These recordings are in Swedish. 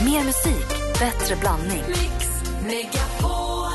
Mer musik, bättre blandning. Mix Megapol.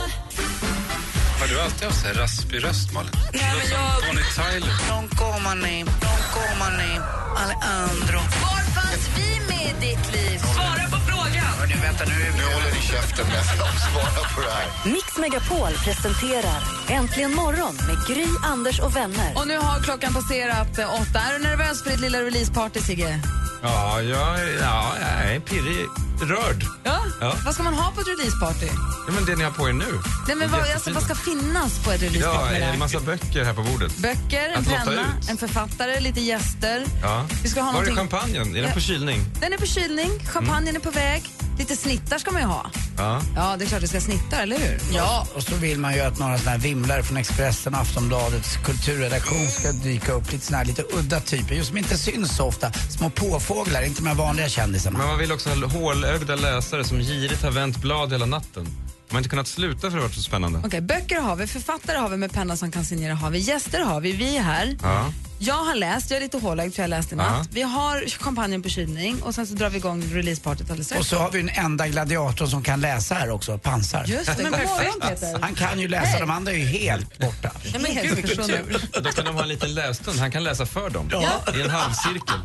Har du alltid haft så här raspig röst, Malin? Nej, men jag... Bonnie Tyler. Non coma ni, non coma ni, Alejandro. Var fanns vi med i ditt liv? Svara på frågan! Hörni, vänta nu. Nu håller ni käften med svara på det här. Mix Megapol presenterar Äntligen morgon med Gry, Anders och vänner. Och nu har klockan passerat eh, åtta. Är du nervös för ditt lilla releaseparty, Sigge? Ja, jag, ja, jag är pirrig. Rörd. Ja? Ja. Vad ska man ha på ett releaseparty? Ja, men det ni har på er nu. Nej, men vad, alltså, Jättefint. vad ska finnas på ett Ja, releaseparty? en massa böcker här på bordet. Böcker, en Att lotta penna, ut. en författare, lite gäster. Ja. Vi ska ha Var är Mm. någonting- champagnen? Är Ja. den på kylning? Den är på kylning, champagnen är på väg. Lite snittar ska man ju ha. Ja. Ja, det är klart vi ska ha snittar, eller hur? Ja, och så vill man ju att några såna här vimlar från Expressen och Aftonbladets kulturredaktion ska dyka upp. Lite såna här lite udda typer, just som inte syns så ofta. Små påfåglar, inte de här vanliga kändisarna. Men man vill också ha hålögda läsare som girigt har vänt blad hela natten. Man har inte kunnat sluta för det har varit så spännande. Okej, böcker har vi, författare har vi med penna som kan signera har vi, gäster har vi, vi är här. Ja. Jag har läst, jag är lite hålögd för jag läste i Ja. natt. Vi har champagnen på kylning och sen så drar vi igång releasepartyt alldeles Och strax. så har vi en enda gladiator som kan läsa här också, pansar. Just det, god morgon Peter. Han kan ju läsa, de andra är ju helt borta. Nej, men gud, vilken tur. Då kan de ha en liten lässtund. Han kan läsa för dem. I en halvcirkel.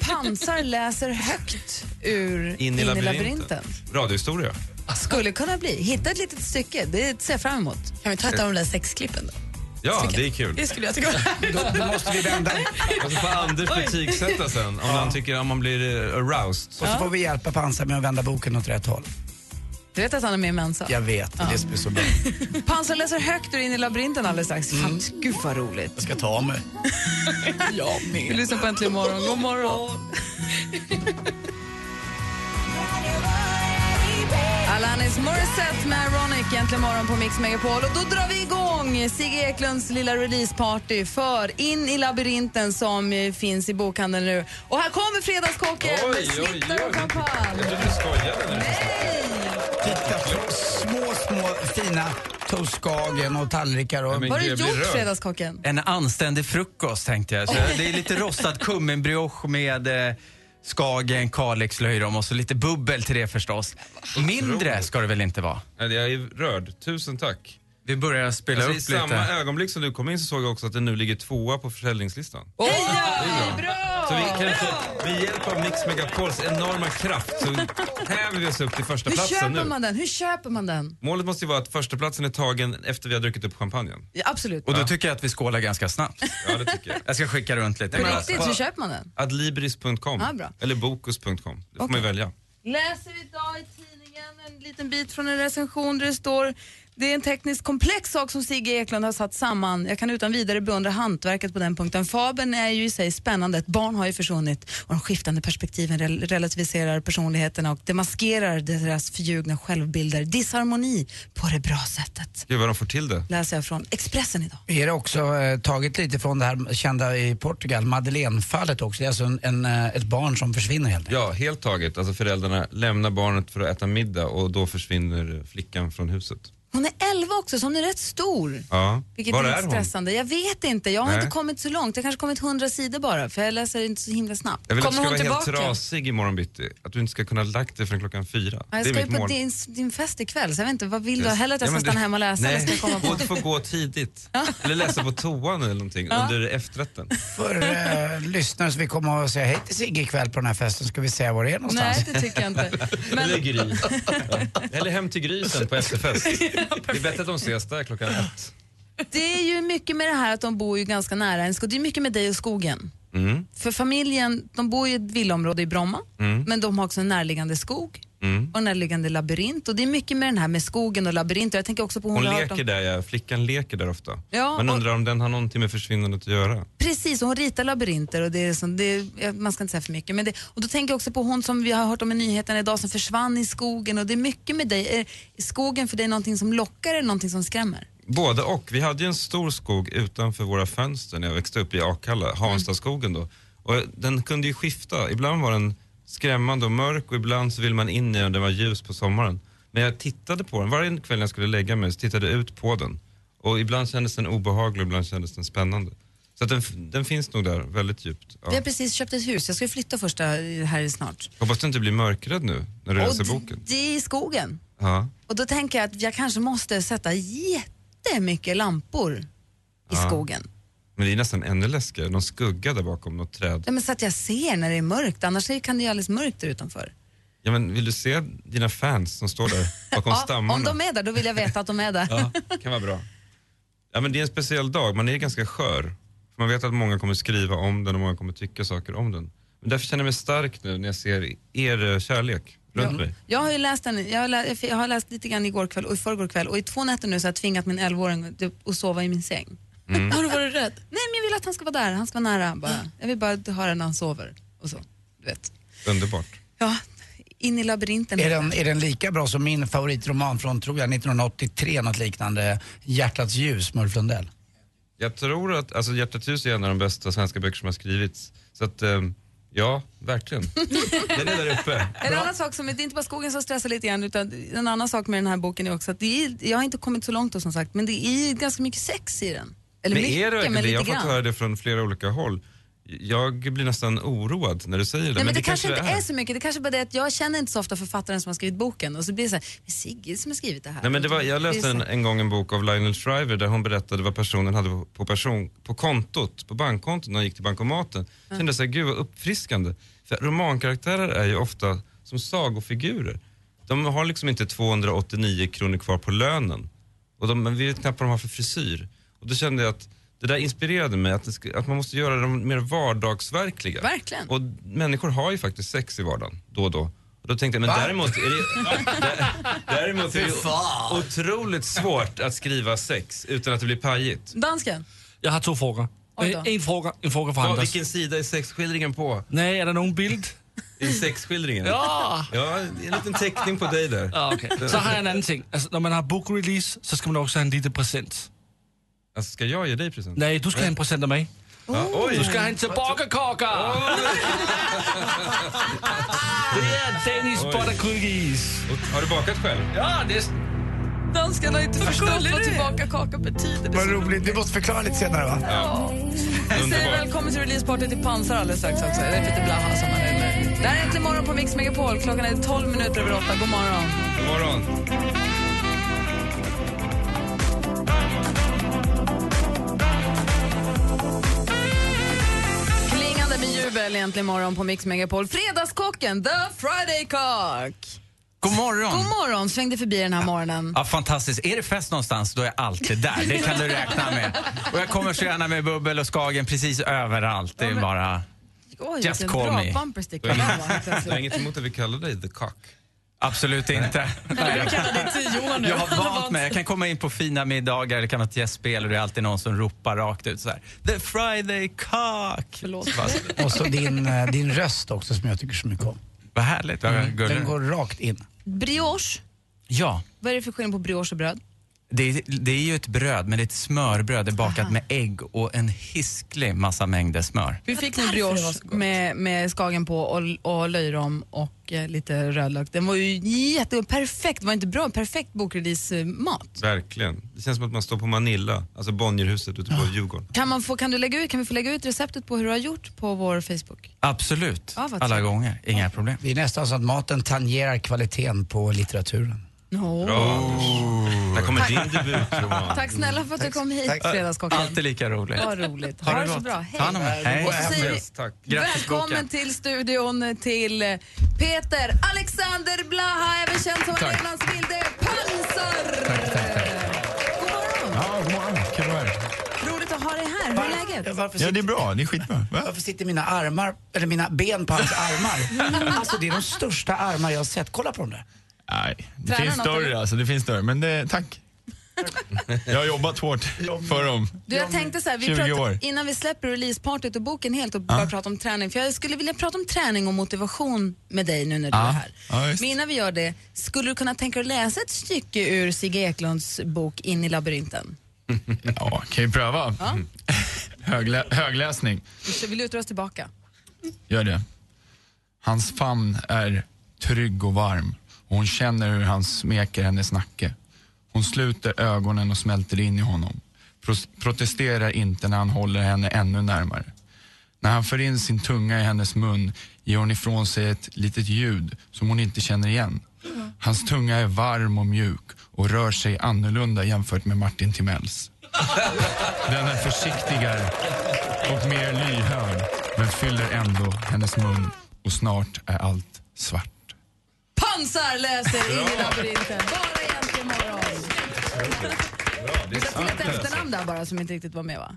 Pansar läser högt ur In i, labyrinten. Radiohistoria. Skulle kunna bli. Hitta ett litet stycke, det ser jag fram emot. Kan vi ta ett av de där sexklippen då? Ja, det är kul. Det skulle jag tycka var Då, då måste vi vända Och så får Anders betygsätta sen om han tycker om man blir eh, aroused. och så får vi hjälpa pansar med att vända boken åt rätt håll. Du vet att han är med i Mensa? Jag vet, det blir så bra. Pansar läser högt ur In i labyrinten alldeles strax. Mm. Fan, gud vad roligt. Jag ska ta av mig. Jag Vi med. lyssnar på Äntligen morgon. God morgon. Alanis Morissette med Ronic äntligen morgon på Mix Megapol. Och då drar vi igång Sigge Eklunds lilla releaseparty för In i labyrinten som eh, finns i bokhandeln nu. Och här kommer fredagskocken med snittar och Jag champagne. trodde du skojade nu. Titta, så små, små fina toastskagen och tallrikar och... men- Vad har du Jag blir gjort rörd. fredagskocken? En anständig frukost tänkte jag. Så det är lite rostad kumminbrioche med eh, Skagen, Kalix, löjrom och så lite bubbel till det förstås. Mindre ska det väl inte vara? Nej, Jag är rörd. Tusen tack. Vi börjar spela Alltså, I upp lite. samma ögonblick som du kom in så såg jag också att den nu ligger tvåa på försäljningslistan. Heja! Bra! Så vi kanske, med hjälp av Mix Megapols enorma kraft så häver vi oss upp till första Hur platsen köper nu. man den? Hur köper man den? Målet måste ju vara att första platsen är tagen efter vi har druckit upp champagnen. Ja, absolut. Och då tycker jag att vi skålar ganska snabbt. Ja, det tycker jag. Jag ska skicka runt lite. På Men- riktigt, hur köper man den? Adlibris.com Ja, bra. eller Bokus.com. Det får man ju välja. Läser idag i tidningen en liten bit från en recension där det står det är en tekniskt komplex sak som Sigge Eklund har satt samman. Jag kan utan vidare beundra hantverket på den punkten. Fabeln är ju i sig spännande. Ett barn har ju försvunnit och de skiftande perspektiven rel- relativiserar personligheterna och demaskerar deras förljugna självbilder. Disharmoni på det bra sättet. Gud vad de får till det. Läser jag från Expressen idag. Vi har också eh, tagit lite från det här kända i Portugal, Madeleine-fallet också. Det är alltså en, en, eh, ett barn som försvinner helt enkelt. Ja, helt taget. Alltså föräldrarna lämnar barnet för att äta middag och då försvinner flickan från huset. Hon är 11 också, så hon är rätt stor. Ja. Vilket Var är är lite hon? stressande. Jag vet inte, jag har Nej. inte kommit så långt. Jag kanske kommit 100 sidor bara, för jag läser inte så himla snabbt. Jag vill Kommer att du hon ska vara helt tillbaka? trasig imorgon bitti. Att du inte ska kunna ha lagt dig förrän klockan fyra. Ja, jag det ska är ju mitt på mål. din, din fest ikväll, så jag vet inte, vad vill du? Yes. Hellre att jag Ja, ska men stanna det- hemma och läsa eller ska jag komma på? Du får gå tidigt. Eller läsa på toan eller någonting under efterrätten. För eh, lyssnare som vi kommer att säga hej till Sigge ikväll på den här festen, ska vi säga var det är någonstans? Nej, det tycker jag inte. Eller Men, gry. Eller hem till grisen på efterfest. det är bättre att de ses där klockan ett. det är ju mycket med det här att de bor ju ganska nära en skog. Det är mycket med dig och skogen. Mm, För familjen, de bor ju i ett villaområde i Bromma, men de har också en närliggande skog mm. och en närliggande labyrint. Och det är mycket med den här med skogen och labyrinten. Jag tänker också på hon, Hon vi har hört om- leker där, ja. flickan leker där ofta. Ja, Man och- undrar om den har någonting med försvinnandet att göra. Precis, och hon ritar labyrinter och det är som, det är, man ska inte säga för mycket. Men det, och då tänker jag också på hon som vi har hört om i nyheten idag som försvann i skogen och det är mycket med dig. Är skogen för dig någonting som lockar eller någonting som skrämmer? Både och. Vi hade ju en stor skog utanför våra fönster när jag växte upp i Akalla, Hanstaskogen då. Och den kunde ju skifta. Ibland var den skrämmande och mörk och ibland så ville man in i den och den var ljus på sommaren. Men jag tittade på den. Varje kväll när jag skulle lägga mig så tittade jag ut på den. Och ibland kändes den obehaglig och ibland kändes den spännande. Så att den, f- den finns nog där väldigt djupt. Ja. Vi har precis köpt ett hus, jag ska flytta första eh, här snart. Hoppas du inte blir mörkrädd nu när du läser d- alltså boken. det är i skogen. Ja. Och då tänker jag att jag kanske måste sätta jättemycket lampor i skogen. Men det är nästan ännu läskigare, någon skugga där bakom något träd. Ja, men så att jag ser när det är mörkt, annars är- kan det ju alldeles mörkt där utanför. Ja, men vill du se dina fans som står där bakom Ja, om stammarna? de är där, då vill jag veta att de är där. Ja, kan vara bra. Ja, men det är en speciell dag, man är ganska skör. För man vet att många kommer skriva om den och många kommer tycka saker om den. Men därför känner jag mig stark nu när jag ser er eh, kärlek runt mig. Jag har ju läst den, jag har läst, jag har läst lite grann igår kväll och i förrgår kväll och i två nätter nu så har jag tvingat min 11-åring att- att sova i min säng. Mm. Har du varit rädd? Nej men jag vill att han ska vara där, han ska vara nära bara. Jag vill bara höra när han sover och så, du vet. Underbart. Ja, in i labyrinten. Är den, är den lika bra som min favoritroman från, tror jag, 1983, något liknande, Hjärtats ljus, med Ulf Lundell? Jag tror att alltså, Hjärtat ljus är en av de bästa svenska böcker som har skrivits. Så att, eh, ja, verkligen. Den är där uppe. En annan sak som, det är inte bara skogen som stressar lite grann utan en annan sak med den här boken är också att det är, jag har inte kommit så långt då som sagt men det är ganska mycket sex i den. Eller Men mycket, är det verkligen men det? Jag har lite fått grann. höra det från flera olika håll. Jag blir nästan oroad när du säger det. Nej, men det, kanske, inte är. så mycket, det kanske bara är det att jag känner inte så ofta författaren som har skrivit boken och så blir det så här, det är Sigge som har skrivit det här. Nej, men det var, jag Det läste är så en, här- en gång en bok av Lionel Shriver där hon berättade vad personen hade på, person, på kontot, på bankkontot när hon gick till bankomaten. Kände jag så här, gud vad uppfriskande. För romankaraktärer är ju ofta som sagofigurer. De har liksom inte 289 kronor kvar på lönen. Och de, men vi vet knappt vad de har för frisyr. Och då kände jag att det där inspirerade mig, att, det, sk- att man måste göra dem mer vardagsverkliga. Verkligen. Och människor har ju faktiskt sex i vardagen, då och då. Och då tänkte jag, men däremot är det, däremot är det otroligt svårt att skriva sex utan att det blir pajigt. Dansken? Jeg har to frågor. Oj då. Eh, En fråga, en fråga for På Anders. vilken sida är sexskildringen på? Nej, er der nogen bild? I sexskildringen? Ja! Ja, det är en liten teckning på dig där. Ja, Ah, okay. Så har jeg en anden ting. Altså, når man har book release, så skal man også have en lille present. Alltså, ska jag ge dig present? Nej, du skal have en present af mig. Ja, oj! Du skal have en tilbakkekokker! det er Danish Oj. butter cookies. Och, har du bakat själv? Ja, næsten. Dansken har inte förstått vad tillbaka kaka betyder. Vad roligt, du måste förklara lite senare va? Vi säger Underbart. välkommen till releasepartyt i Pansar alldeles strax också. Det är Peter Blaha som har det med. Det här är Äntligen morgon på Mix Megapol. Klockan är 12 minuter över 8. God morgon. God morgon. Klingande med jubel egentligen morgon på Mix Megapol. Fredagskocken, The Friday Cock. God morgon! God morgon, svängde förbi den här morgonen. Ja, fantastiskt. Är det fest någonstans, då är jag alltid där. Det kan du räkna med. Och jag kommer så gärna med bubbel och skagen precis överallt. Det är bara... Oj, Just vilken call bra me. bumper sticker det här var helt Du har plötsligt. inget emot att vi kallar dig The Cock? Absolut inte. Nej. Tio år nu. Jag har vant mig. Jag kan komma in på fina middagar, det kan vara ett gästspel och det är alltid någon som ropar rakt ut så här. The Friday cock! Förlåt. Så bara, Och så din, eh, din röst också som jag tycker så mycket om. Vad härligt. Vad gullig. Den går rakt in. Brioche, Mm. Ja, vad är det för skillnad på brioche och bröd? det är, det är ju ett bröd, men det är ett smörbröd. Det är bakat med ägg och en hisklig massa mängder smör. Vi fick en brioche med, med skagen på och, och löjrom och eh, lite rödlök. Den var ju jätte perfekt, var inte bra, perfekt bokrelease-mat. Verkligen. Det känns som att man står på Manilla, alltså Bonnierhuset ute på Djurgården. Kan, man få, kan, du lägga ut, kan vi få lägga ut receptet på hur du har gjort på vår Facebook? Absolut, Ja, vad alla trevligt. gånger. Inga problem. Det är nästan så att maten tangerar kvaliteten på litteraturen. No. Bra Anders. När kommer din debutroman? Tack snälla för att du kom hit, Fredagskocken. Alltid lika roligt. Vad roligt. Ha Ha det det så gott. bra. Ta hand om er. Hej. Och så säger vi Tack. Grattis, boken. Välkommen till studion till Peter Alexander Blaha, även känd som Arenans vilde pansar. God morgon. Ja, god morgon. Kul att vara här. Roligt att ha dig här. Hur är läget? Varför Ja, sitter, det är bra. Det är skitbra. Va? varför sitter mina armar, eller mina ben på hans armar? Alltså det är de största armar jag har sett. Kolla på dem där. Nej, det Tränar finns något, eller? större alltså. Det finns större. Men det, tack. Jag har jobbat hårt för dem. Du, jag tänkte så här, vi 20 år. pratar, innan vi släpper releasepartyt och boken helt och bara prata om träning, för jag skulle vilja prata om träning och motivation med dig nu när du är här. Ja, just. Men innan vi gör det, skulle du kunna tänka dig att läsa ett stycke ur Sigge Eklunds bok In i labyrinten? Ja, kan ju pröva. Mm. Ja. Höglä- högläsning. Så vi lutar oss tillbaka. Gör det. Hans famn är trygg och varm och hon känner hur han smeker hennes nacke. Hon sluter ögonen och smälter in i honom. Pros- protesterar inte när han håller henne ännu närmare. När han för in sin tunga i hennes mun ger hon ifrån sig ett litet ljud som hon inte känner igen. Hans tunga är varm och mjuk och rör sig annorlunda jämfört med Martin Timells. Den är försiktigare och mer lyhörd men fyller ändå hennes mun och snart är allt svart. Pansar läser in i labyrinten. Bara egentligen morgon. det är Vi la till ett sant, alltså. efternamn där bara som inte riktigt var med va?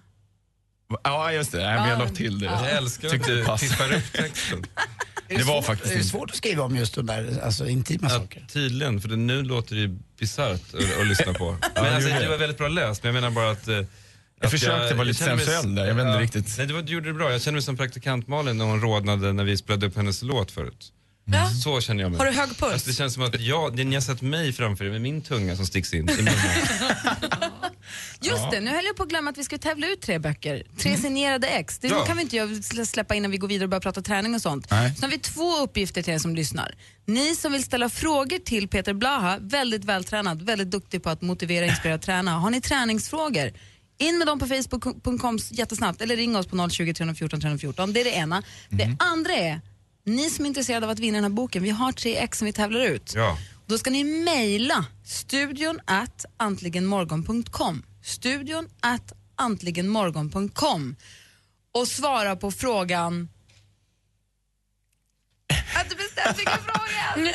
Ja, just det. Nej, men jag la till det. Jag älskar att Tyckte du passade. tippar upp texten. Det var faktiskt Är det inte. svårt att skriva om just de där alltså, intima Ja, saker? tydligen, för det, nu låter det ju bisarrt att, att lyssna på. det Men alltså, gjorde det det. var väldigt bra läst, men jag menar bara att... eh, att försökte vara lite känner mig- sensuell där, jag vet inte riktigt. Nej, det var, du gjorde det bra. Jag känner mig som praktikant Malin när hon rodnade när vi spelade upp hennes låt förut. Ja. Så känner jag mig. Har du hög puls? Alltså, det känns som att jag, det- ni har sett mig framför er med min tunga som sticks in i munnen. Just det, nu höll jag på att glömma att vi skulle tävla ut tre böcker. Tre signerade ex. Det Ja. kan vi inte göra- slä- släppa innan vi går vidare och börjar prata träning och sånt. Nej. Så har vi två uppgifter till er som lyssnar. Ni som vill ställa frågor till Peter Blaha, väldigt vältränad, väldigt duktig på att motivera, inspirera och träna. Har ni träningsfrågor? In med dem på facebook.com jättesnabbt eller ring oss på 020 314 314. Det är det ena. Det andra är, ni som är intresserade av att vinna den här boken, vi har tre ex som vi tävlar ut. Ja. Då ska ni mejla studion at antligenmorgon.com. Studion at antligenmorgon.com och svara på frågan... Att du bestämt vilken fråga!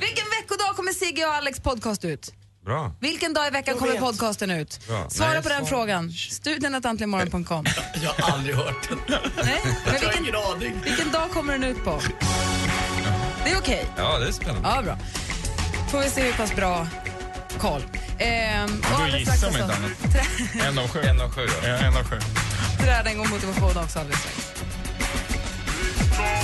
Vilken veckodag kommer Sigge och Alex podcast ut? Bra. Vilken dag i veckan kommer podcasten ut? Bra. Svara Nej, på den svar- frågan. Studion att antligenmorgon.com. Jag har aldrig hört den. Nej, men vilken, aning. vilken dag kommer den ut på? Det är okej. Ja, det är spännande. Ja, bra. Får vi se hur pass bra koll. Ehm, och alldeles gissar strax man inte alltså- Trä- En av sju. En av sju, ja. Ja, en av sju. Träning och motivation också alldeles strax.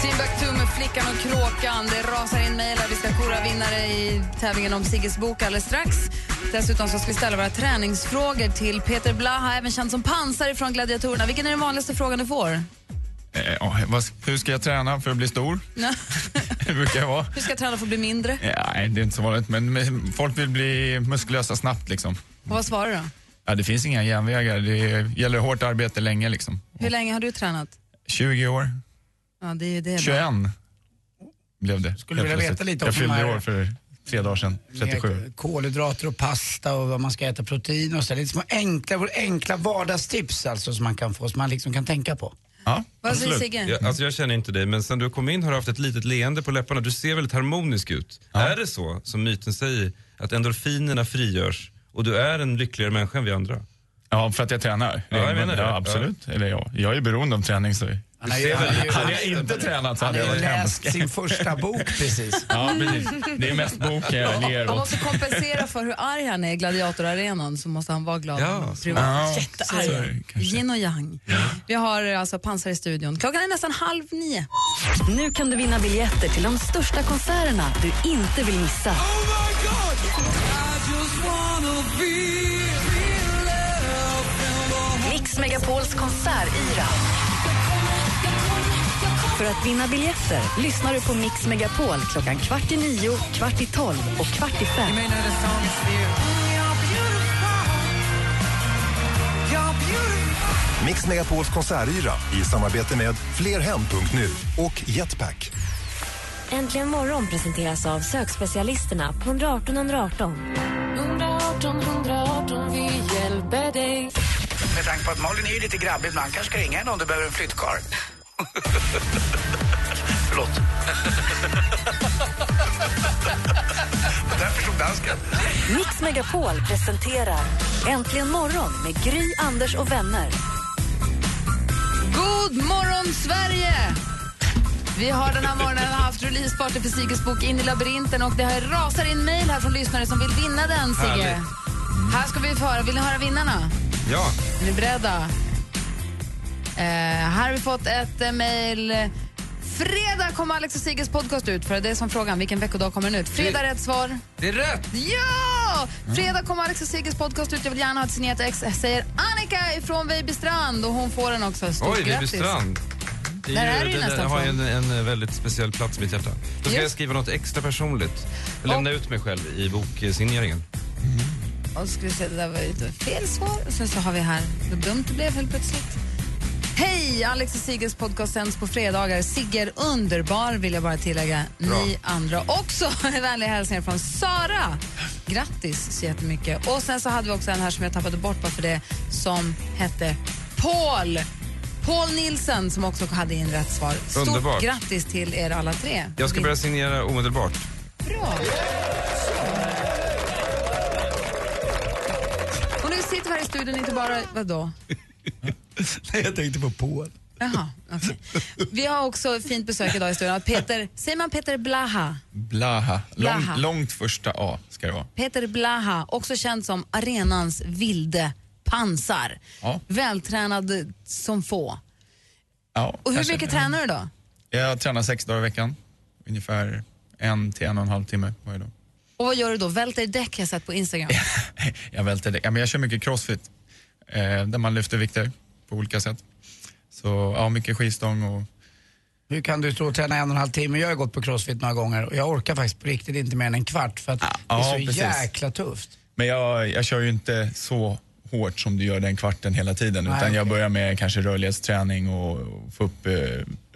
Timbuktu med Flickan och Kråkan. Det rasar in mejl här. Vi ska kora vinnare i tävlingen om Sigges bok alldeles strax. Dessutom så ska vi ställa våra träningsfrågor till Peter Blaha, även känd som Pansar från Gladiatorerna. Vilken är den vanligaste frågan du får? Eh, ja, vad, hur ska jag träna för att bli stor? Det brukar jag vara. Hur ska jag träna för att bli mindre? Ja, nej, det är inte så vanligt, men men folk vill bli muskulösa snabbt. Liksom. Och vad svarar du då? Ja, det finns inga genvägar. Det gäller hårt arbete länge. Liksom. Hur länge har du tränat? 20 år, Ja, det är ju det. 21 blev det. Skulle helt vilja veta plötsligt. lite om Jag de fyllde här- år för tre dagar sedan, 37. Med kolhydrater och pasta och vad man ska äta, protein och så. där. Lite små enkla, enkla vardagstips alltså som man kan få, som man liksom kan tänka på. Ja, Vad säger absolut. Sigge? Jag, alltså jag känner inte dig, men sen du kom in har du haft ett litet leende på läpparna. Du ser väldigt harmonisk ut. Är det så, som myten säger, att endorfinerna frigörs och du är en lyckligare människa än vi andra? Ja, för att jag tränar. Ja, jag menar det. Ja, absolut. Eller ja, jag är beroende av träning. Så. Han har ju, han har ju, Hade jag inte tränat så han hade jag har ju varit hemsk. läst sin första bok precis. Ja, precis. Det är mest boken jag ler Man åt. måste kompensera för hur arg han är i gladiatorarenan så måste han vara glad. Ja, privat. Ja, Jättearg. så är det kanske. Yin och yang. Vi har eh, alltså pansar i studion. Klockan är nästan halv nio. Nu kan du vinna biljetter till de största konserterna du inte vill missa. Oh Mix Megapols konsertyra. För att vinna biljetter lyssnar du på Mix Megapol klockan kvart i nio, kvart i tolv och kvart i fem. Mix Megapols konsertyra i samarbete med flerhem.nu och Jetpack. Äntligen morgon presenteras av sökspecialisterna på 118 118. Med tanke på att Malin är ju lite grabbig ibland kanske ska ringa henne om du behöver en flyttkarl. Förlåt. Där förstod dansken. Mix Megapol presenterar Äntligen morgon med Gry, Anders och vänner. God morgon, Sverige! Vi har den här morgonen haft releaseparty för Sigges bok In i labyrinten och det här rasar in mejl här från lyssnare som vill vinna den, Sigge. Härligt. Här ska vi få höra. Vill ni höra vinnarna? Ja. Är ni beredda? Eh, här har vi fått ett eh, mejl. Fredag kommer Alex och Sigges podcast ut. För det är som frågan, vilken veckodag kommer den ut? Fredag, rätt svar. Det är rätt! Ja! Mm. Fredag kommer Alex och Sigges podcast ut. Jag vill gärna ha ett signerat ex, säger Annika ifrån Vejbystrand. Och hon får den också. Stort Oj, grattis. Vejbystrand. Det Där är det ju det- det nästan har en, en eh, väldigt speciell plats i mitt hjärta. Då ska Just. jag skriva något extra personligt. Jag lämnar ut mig själv i boksigneringen. Och så ska vi se, det där var ju ett fel svar. Och sen så har vi här, vad dumt det blev helt plötsligt. Hej! Alex och Sigges podcast sänds på fredagar. Sigge är underbar, vill jag bara tillägga. Bra. Ni andra också. Vänliga hälsningar från Sara. Grattis så jättemycket. Och sen så hade vi också en här som jag tappade bort bara för det, som hette Paul. Paul Nilsen som också hade in rätt svar. Stort Underbart. grattis till er alla tre. Jag ska börja signera omedelbart. Bra. Och nu sitter vi här i studion inte bara... Vadå? Nej, jag tänkte på Paul. Jaha, okej. Vi har också fint besök idag i studion. av Peter, säger man Peter Blaha? Blaha. Lång, Blaha. Långt första A ska det vara. Peter Blaha, också känd som arenans vilde pansar. Ja. Vältränad som få. Ja, Och hur kanske. mycket tränar du då? Jag tränar sex dagar i veckan. Ungefär en till en och en halv timme varje dag. Och vad gör du då? Välter däck har jag sett på Instagram. Jag välter det. Ja, men jag kör mycket crossfit, eh, där man lyfter vikter på olika sätt. Så ja, mycket skivstång och Nu kan du stå och träna en och en halv timme. Jag har gått på crossfit några gånger och jag orkar faktiskt på riktigt inte mer än en kvart för att det är ja, så precis. jäkla tufft. Men jag, jag kör ju inte så hårt som du gör den kvarten hela tiden. Nej, utan jag börjar med kanske rörlighetsträning och, och få upp eh,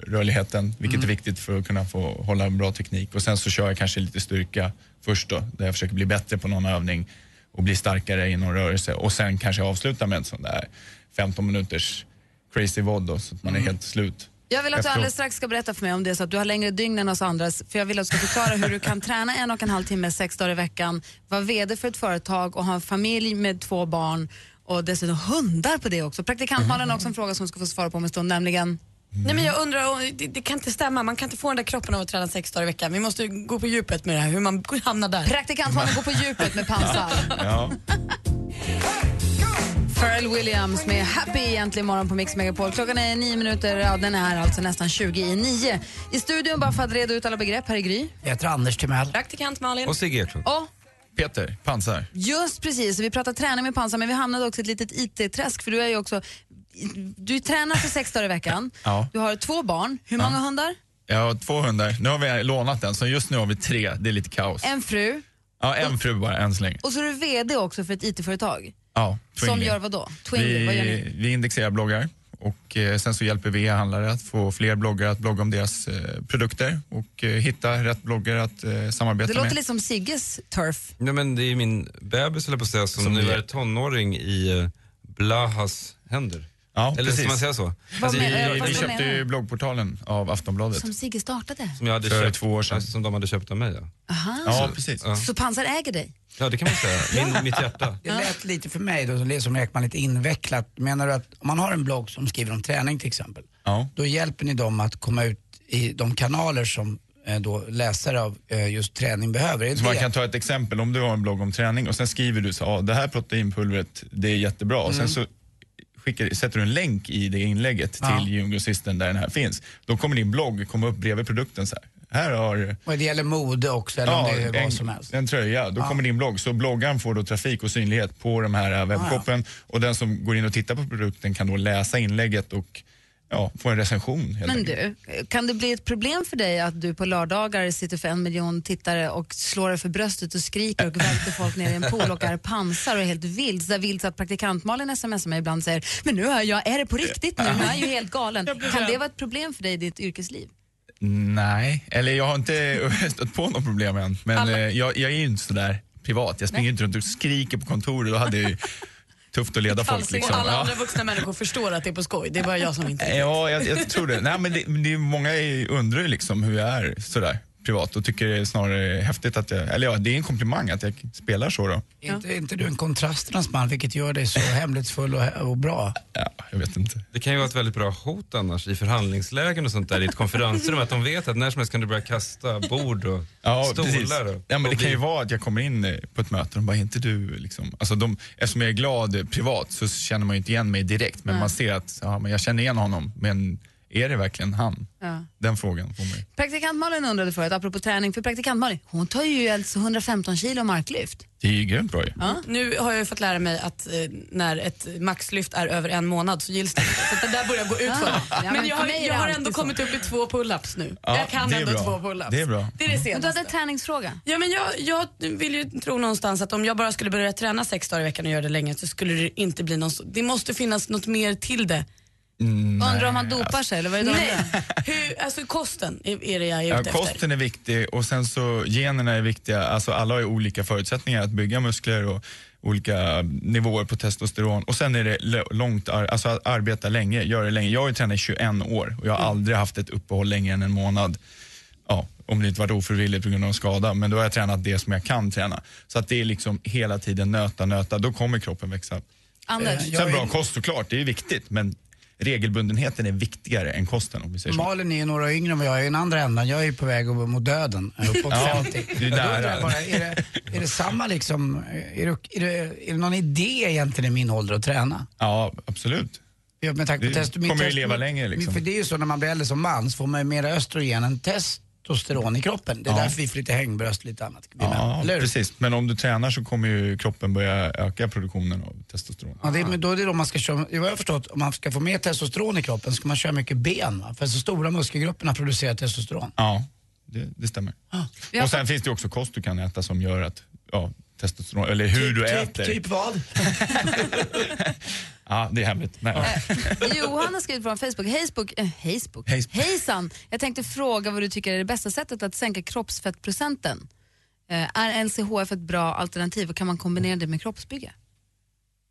rörligheten, vilket är viktigt för att kunna få hålla en bra teknik. Och sen så kör jag kanske lite styrka först då, där jag försöker bli bättre på någon övning och bli starkare i någon rörelse. Och sen kanske avsluta med en sån där 15 minuters crazy vod då, så att man är helt slut. Jag vill att du efteråt. alldeles strax ska berätta för mig om det är så att du har längre dygn än oss andra. För jag vill att du ska förklara hur du kan träna en och en halv timme sex dagar i veckan, vara VD för ett företag och ha en familj med två barn och dessutom hundar på det också. Praktikantmannen har också en fråga som hon ska få svara på om en stund, nämligen Nej, men jag undrar, om- det, det kan inte stämma. Man kan inte få den där kroppen av att träna sex dagar i veckan. Vi måste ju gå på djupet med det här, hur man hamnar där. Praktikantmannen går på djupet med pansar. Ja. Pharrell Williams med Happy egentligen imorgon på Mix Megapol. Klockan är nio minuter, ja, den är alltså nästan 20 i nio. I studion bara för att reda ut alla begrepp, här är Gry. Jag heter Anders Timell. Praktikant Malin. Eklund. Och Peter Pansar. Just precis, vi pratar träning med pansar men vi hamnade också i ett litet IT-träsk för du är ju också, du tränar för sex dagar i veckan, Ja. du har två barn, hur Ja. många hundar? Jag har två hundar. Nu har vi lånat en, så just nu har vi tre. Det är lite kaos. En fru Ja, en fru bara än så länge. och så är du VD också för ett IT-företag Ja, som Twingly. gör vad då? Twingly, vad gör ni? Vi, vi indexerar bloggar och eh, sen så hjälper vi e-handlare att få fler bloggare att blogga om deras eh, produkter och eh, hitta rätt bloggare att eh, samarbeta Det låter med. lite som Sigges turf. Nej, men det är min bebis, höll jag på att säga, som, Som nu ni- är tonåring i eh, Blahas händer. Ja, Eller precis. ska man säga så? Alltså, Vad Fast menar- i- vad i- Vi menar köpte ju du? bloggportalen av Aftonbladet. Som Sigge startade? Som jag hade För köpt, två år sedan. Som de hade köpt av mig, ja. Aha. Ja, precis. Ja, Så pansar äger dig? ja det kan man säga. Min, mitt hjärta. Det lät lite för mig då, det är som Ekman, lite invecklat. Menar du att om man har en blogg som skriver om träning till exempel, då hjälper ni dem att komma ut i de kanaler som eh, då läsare av eh, just träning behöver? Är Så man det- kan ta ett exempel, om du har en blogg om träning och sen skriver du så ah, det här proteinpulvret, det är jättebra. Och sen Mm. så skickar, sätter du en länk i det inlägget Ja. till gymgrossisten där den här finns. Då kommer din blogg komma upp bredvid produkten så här. Här har Och det gäller mode också eller om det är en, vad som helst? en tröja. Då Ja. kommer din blogg. Så bloggaren får då trafik och synlighet på de här eh, Ah, webbshoppen och den som går in och tittar på produkten kan då läsa inlägget och ja, få en recension. Helt Men enkelt. du, kan det bli ett problem för dig att du på lördagar sitter för en miljon tittare och slår dig för bröstet och skriker och välter folk ner i en pool och är pansar och är helt vild? Så där vild så att praktikantmalen smsar mig ibland och säger men nu är jag, är det på riktigt nu? Nu är jag ju helt galen. Kan det vara ett problem för dig i ditt yrkesliv? Nej, eller jag har inte stött på något problem än. Men Alla- eh, jag, jag är ju inte sådär privat. Jag springer Nej. inte runt och skriker på kontoret. Då hade jag ju tufft att leda folk. Falsing. Liksom. Alla Ja. andra vuxna människor förstår att det är på skoj. Det är bara jag som inte Ja, jag, jag tror det. Nej, men det, men det är många är- undrar ju liksom hur jag är sådär privat och tycker det är snarare häftigt att jag, eller ja, det är en komplimang att jag spelar så då. Inte, är inte du en kontrasternas man, vilket gör dig så hemlighetsfull och, och bra? Jag vet inte. Det kan ju vara ett väldigt bra hot annars i förhandlingslägen och sånt där i ett konferensrum att de vet att när som helst kan du börja kasta bord och Ja, precis. stolar. Och, Ja, men det och kan ju bli- vara att jag kommer in eh, på ett möte och de bara, "Är inte du liksom. Alltså de, eftersom jag är glad eh, privat så känner man ju inte igen mig direkt, men Nej. man ser att ja, men jag känner igen honom, men är det verkligen han? Ja. Den frågan får man ju. Praktikant Malin undrade förut, apropå träning, för praktikant Malin, hon tar ju alltså 115 kilo marklyft. Det är ju grymt bra ju. Nu har jag ju fått lära mig att eh, när ett maxlyft är över en månad så gills det inte. Så att det där börjar gå ut för. Ah, ja, men Men jag för har, mig är jag det har alltid ändå så. kommit upp i två pull-ups nu. Ja, jag kan det är ändå bra. två pull-ups. Det är bra. Det är det senaste. Men du hade en träningsfråga. Ja, men jag, jag vill ju tro någonstans att om jag bara skulle börja träna sex dagar i veckan och göra det länge så skulle det inte bli någon... så- Det måste finnas något mer till det. Undrar om man dopar sig eller vad är det Nej, Hur, alltså kosten är, är det jag är ute Ja, efter. kosten är viktig och sen så generna är viktiga. Alltså alla har ju olika förutsättningar att bygga muskler och olika nivåer på testosteron. Och sen är det l- långt, ar- alltså att arbeta länge, göra det länge. Jag har ju tränat i 21 år och jag har Mm. aldrig haft ett uppehåll längre än en månad. Ja, om det inte varit ofrivilligt på grund av en skada, men då har jag tränat det som jag kan träna. Så att det är liksom hela tiden nöta, nöta, då kommer kroppen växa. Anders? Eh, Sen bra kost såklart, det är ju viktigt, men regelbundenheten är viktigare än kosten om vi säger så. Malin är ju några yngre än vad jag är i den andra ändan. Jag är ju på väg att- mot döden, eh, uppåt Ja, 50. du Och är då nära. undrar jag bara, är, det, är det samma liksom, är det, är, det, är det någon idé egentligen i min ålder att träna? Ja, absolut. Ja, med tanke på Du test, min kommer ju test- leva längre, liksom. För det är ju så när man blir äldre som man så får man ju mer östrogen än testosteron i kroppen. Det är Ja. därför vi får lite hängbröst och lite annat. Ja, precis. Men om du tränar så kommer ju kroppen börja öka produktionen av testosteron. Ja, det, men då är det då man ska köra, det har jag förstått, om man ska få mer testosteron i kroppen ska man köra mycket ben va? För så stora muskelgrupperna producerar testosteron. Ja, det, det stämmer. Ah. Vi har Och sen finns det ju också kost du kan äta som gör att ja, testosteron, eller hur du äter. Typ vad? Ja, det är hemligt. Nej. Johan har skrivit på Facebook, Facebook, eh, Facebook. Hejs- hejsan, jag tänkte fråga vad du tycker är det bästa sättet att sänka kroppsfettprocenten. Eh, är LCHF ett bra alternativ och kan man kombinera det med kroppsbygge?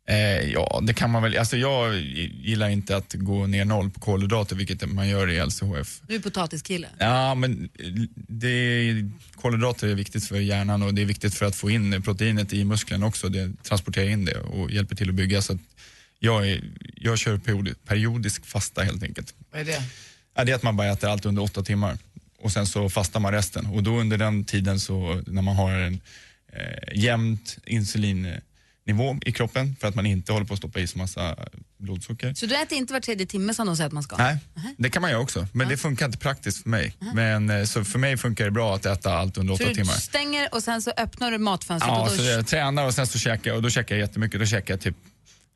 Eh, ja, det kan man väl. Alltså jag gillar inte att gå ner noll på kolhydrater, vilket man gör i LCHF. Du är potatiskille. Ja, men eh, det är, kolhydrater är viktigt för hjärnan och det är viktigt för att få in proteinet i muskeln också. Det transporterar in det och hjälper till att bygga. Så att jag, är, jag kör period, periodisk fasta helt enkelt. Vad är det? Ja, det är att man bara äter allt under åtta timmar och sen så fastar man resten. Och då under den tiden så när man har en eh, jämnt insulinnivå i kroppen för att man inte håller på att stoppa i sig massa blodsocker. Så du äter inte var tredje timme som de säger att man ska? Nej, det kan man göra också, men det funkar inte praktiskt för mig. Men, eh, så för mig funkar det bra att äta allt under Så åtta du timmar. stänger och sen så öppnar du matfönstret Ja, och då så jag tränar och sen så käkar jag och då käkar jag jättemycket. Då käkar jag typ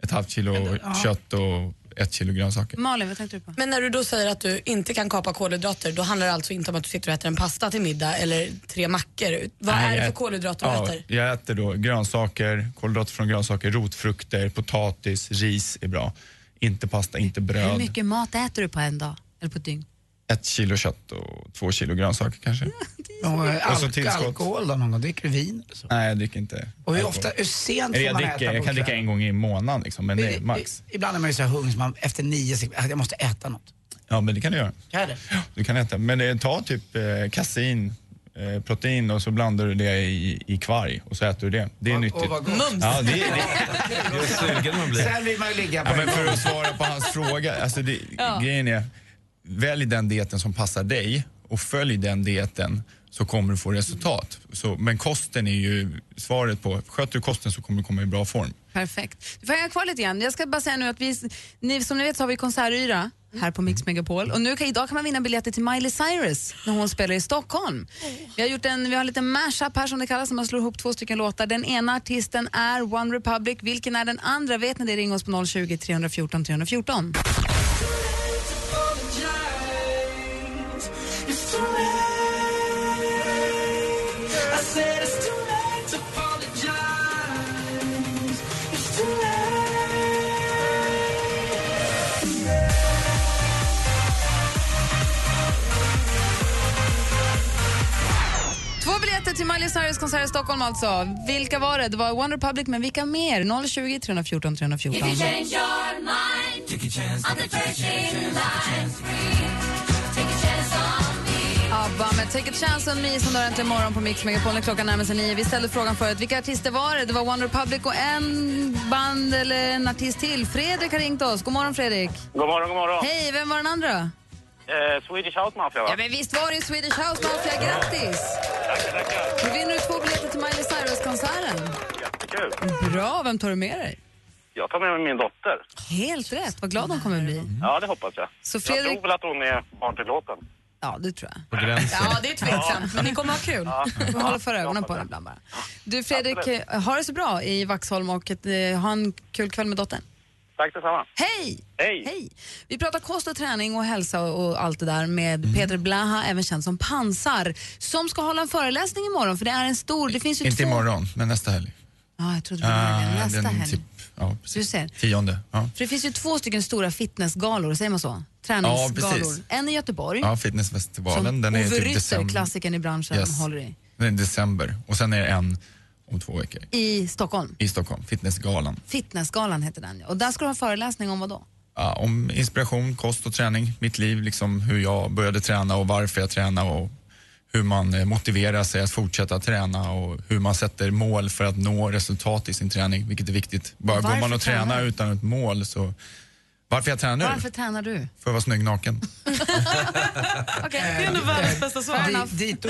ett halvt kilo Ja. kött och ett kilo grönsaker. Malin, vad tänkte du på? Men när du då säger att du inte kan kapa kolhydrater, då handlar det alltså inte om att du sitter och äter en pasta till middag eller tre mackor. Vad Nej, är det jag för ät- kolhydrater du äter? Ja, jag äter då grönsaker, kolhydrater från grönsaker, rotfrukter, potatis, ris är bra. Inte pasta, inte Hur bröd. mycket mat äter du på en dag? Eller på ett dygn? Ett kilo kött och två kilo grönsaker kanske. Och, eh, Och så alk- Alltså tillskott. alkohol då någon gång? Dricker du vin? eller så? Nej, jag dricker inte. alltså. Och hur alkohol. ofta, hur sent Eller får jag, man dricker, äta på jag kan dricka kvällen? en gång i månaden, liksom, men det är I- max. i- Ibland är man ju så här hungrig så man efter nio sekunder, jag måste äta något. Ja, men det kan du göra. Kan jag det? Du kan äta. Men eh, ta typ eh, kasein, eh, protein och så blandar du det i, i kvarg och så äter du det. Det är nyttigt. Ja, det, det, Vad sugen man blir. Sen vill man ju ligga på Ja, en men för gång. att svara på hans fråga, alltså det, Ja. grejen är, välj den dieten som passar dig och följ den dieten så kommer du få resultat. Så, men kosten är ju svaret på, sköter du kosten så kommer du komma i bra form. Perfekt. Du får hänga kvar lite igen. Jag ska bara säga nu att vi, ni, som ni vet så har vi konsertyra här på Mix Megapol och nu kan, idag kan man vinna biljetter till Miley Cyrus när hon spelar i Stockholm. Vi har gjort en, vi har en liten mashup här som det kallas, som man slår ihop två stycken låtar. Den ena artisten är One Republic, vilken är den andra? Vet ni det? Ring oss på 020 314 314. Två biljetter till Miley Cyrus konsert i Stockholm alltså. Vilka var det? Det var One Republic, men vilka mer? 020 314 314. ABBA med Take a chance on me som drar äntligen morgon på Mix Megapol när klockan närmar sig nio. Vi ställde frågan förut, vilka artister var det? Det var One Republic och en band eller en artist till. Fredrik har ringt oss. God morgon Fredrik. God morgon, god morgon. Hej, vem var den andra? Eh, Swedish House Mafia, va? Ja men visst var det ju Swedish House Mafia, grattis! Tackar, tackar. Nu vinner du två biljetter till Miley Cyrus-konserten. Jättekul. Bra, vem tar du med dig? Jag tar med mig min dotter. Helt rätt, vad glad hon kommer bli. Ja, det hoppas jag. Så Fredrik- Jag tror väl att hon är barntillåten. Ja, det tror jag. På gränsen. Ja, det är tveksamt, men ni kommer ha kul. Vi får hålla för ögonen på den ibland bara. Du Fredrik, eh, ha det så bra i Vaxholm och ett, eh, ha en kul kväll med dottern. Tack detsamma. Hej! Hej! Vi pratar kost och träning och hälsa och och allt det där med Peter Blaha, även känd som Pansar, som ska hålla en föreläsning imorgon för det är en stor, det finns ju Inte Typ två... imorgon, men nästa helg. Ja, jag trodde det var Ah, den nästa den helg. typ- ja, Du ser. Tionde. Ja. För det finns ju två stycken stora fitnessgalor, säger man så? Träningsgalor. precis. en i Göteborg, Ja, som Fitnessfestivalen. Den är Ove i typ Rytter, december. klassikern i branschen, Yes. håller i. Den är i december. Och sen är det en om två veckor I Stockholm. i Stockholm. Fitnessgalan. Fitnessgalan heter den. Och där ska du ha en föreläsning om vad då? Ja, om inspiration, kost och träning. Mitt liv, liksom hur jag började träna och varför jag tränar och hur man eh, motiverar sig att fortsätta träna och hur man sätter mål för att nå resultat i sin träning, vilket är viktigt. Bara går Varför man och tränar tränar du? utan ett mål så... Varför jag tränar nu? Varför tränar du? För att vara snygg naken. Okej, det är nog världens bästa svar. Dito.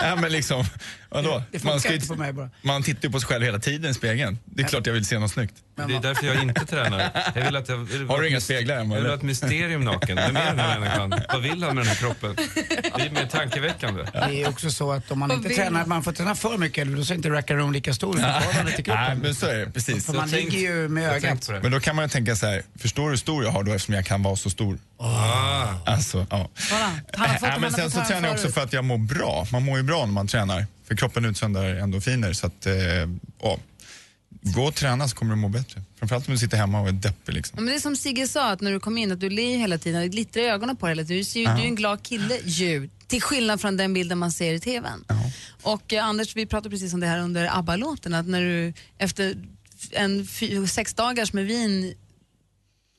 ja, men liksom, vadå? Det funkar Man, ska ju, inte på mig bara. man tittar ju på sig själv hela tiden i spegeln. Det är klart jag vill se något snyggt. Det är därför jag inte tränar. Jag vill att jag, jag vill Har du inga speglar hemma? Jag vill eller? ha ett mysterium naken. Vem är den här människan? Vad vill han med den här kroppen? Det är mer tankeväckande. Det är också så att om man Vad inte vill tränar, man? man får träna för mycket, då ser inte rackaroon lika stor ut i förhållande till Nej, kroppen. men så är det. Precis. För man ligger ju med ögat. Men då kan man ju tänka så här, förstår du hur stor jag har då eftersom jag kan vara så stor? Ah. Alltså, ja. Han har fått ja, de men andra sen så förklara tränar jag också förut. för att jag mår bra. Man mår ju bra när man tränar. För kroppen utsöndrar endorfiner. Så att, eh, ja. Gå och träna så kommer du må bättre. Framförallt om du sitter hemma och är deppig. Liksom. Ja, Men det är som Sigge sa, att när du kom in, att du ler ju hela tiden, det glittrar i ögonen på dig hela tiden. Du, ser ju- du är ju en glad kille ju, till skillnad från den bilden man ser i TVn. Och eh, Anders, vi pratade precis om det här under ABBA-låten, att när du efter en fy, sex dagars med vin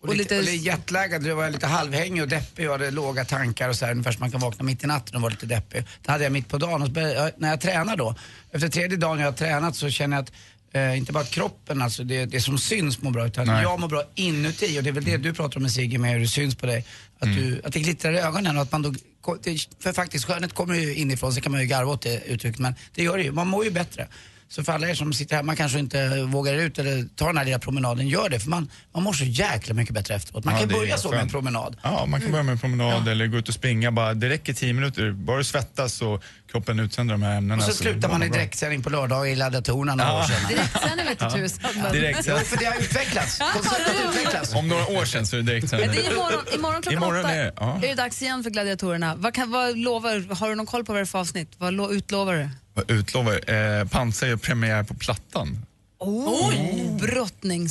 Och, lite, och lite jetlaggad, då var jag lite halvhängig och deppig och hade låga tankar och så här, ungefär som man kan vakna mitt i natten och vara lite deppig. Det hade jag mitt på dagen och så började, jag- när jag tränar då, efter tredje dagen jag har tränat så känner jag att Eh, inte bara att kroppen, alltså det, det som syns mår bra, utan Nej. jag mår bra inuti. Och det är väl det du pratar om med Sigge, med hur det syns på dig. Att, du, att det glittrar i ögonen och att man då... ko- Det, för faktiskt, skönhet kommer ju inifrån, så kan man ju garva åt det uttrycket, men det gör det ju. Man mår ju bättre. Så för alla er som sitter hemma kanske inte vågar er ut eller tar den här lilla promenaden, gör det. För man, man mår så jäkla mycket bättre efteråt. Man Ja, kan det ju är börja så med en skönt. promenad. Mm. Ja, man kan börja med en promenad eller gå ut och springa. Bara, det räcker tio minuter. Bara du svettas och kroppen utsöndrar de här ämnena. Och så det slutar mår man i bra. direktsändning på lördag i Laddatorerna några alltså, Ja. år senare. Direktsändning vete Ja. tusan. men- Direkt. Jo, för det har utvecklats. Konceptet utvecklas. Om några år sedan så är det direkt Men det är imorgon, imorgon klockan Imorgon åtta. är det, ja. är det dags igen för Gladiatorerna. Vad, kan, vad lovar, har du någon koll på vad det är för avsnitt? Vad lo, utlovar du? Vad Utlovar, eh, Pansar gör premiär på Plattan. Oj!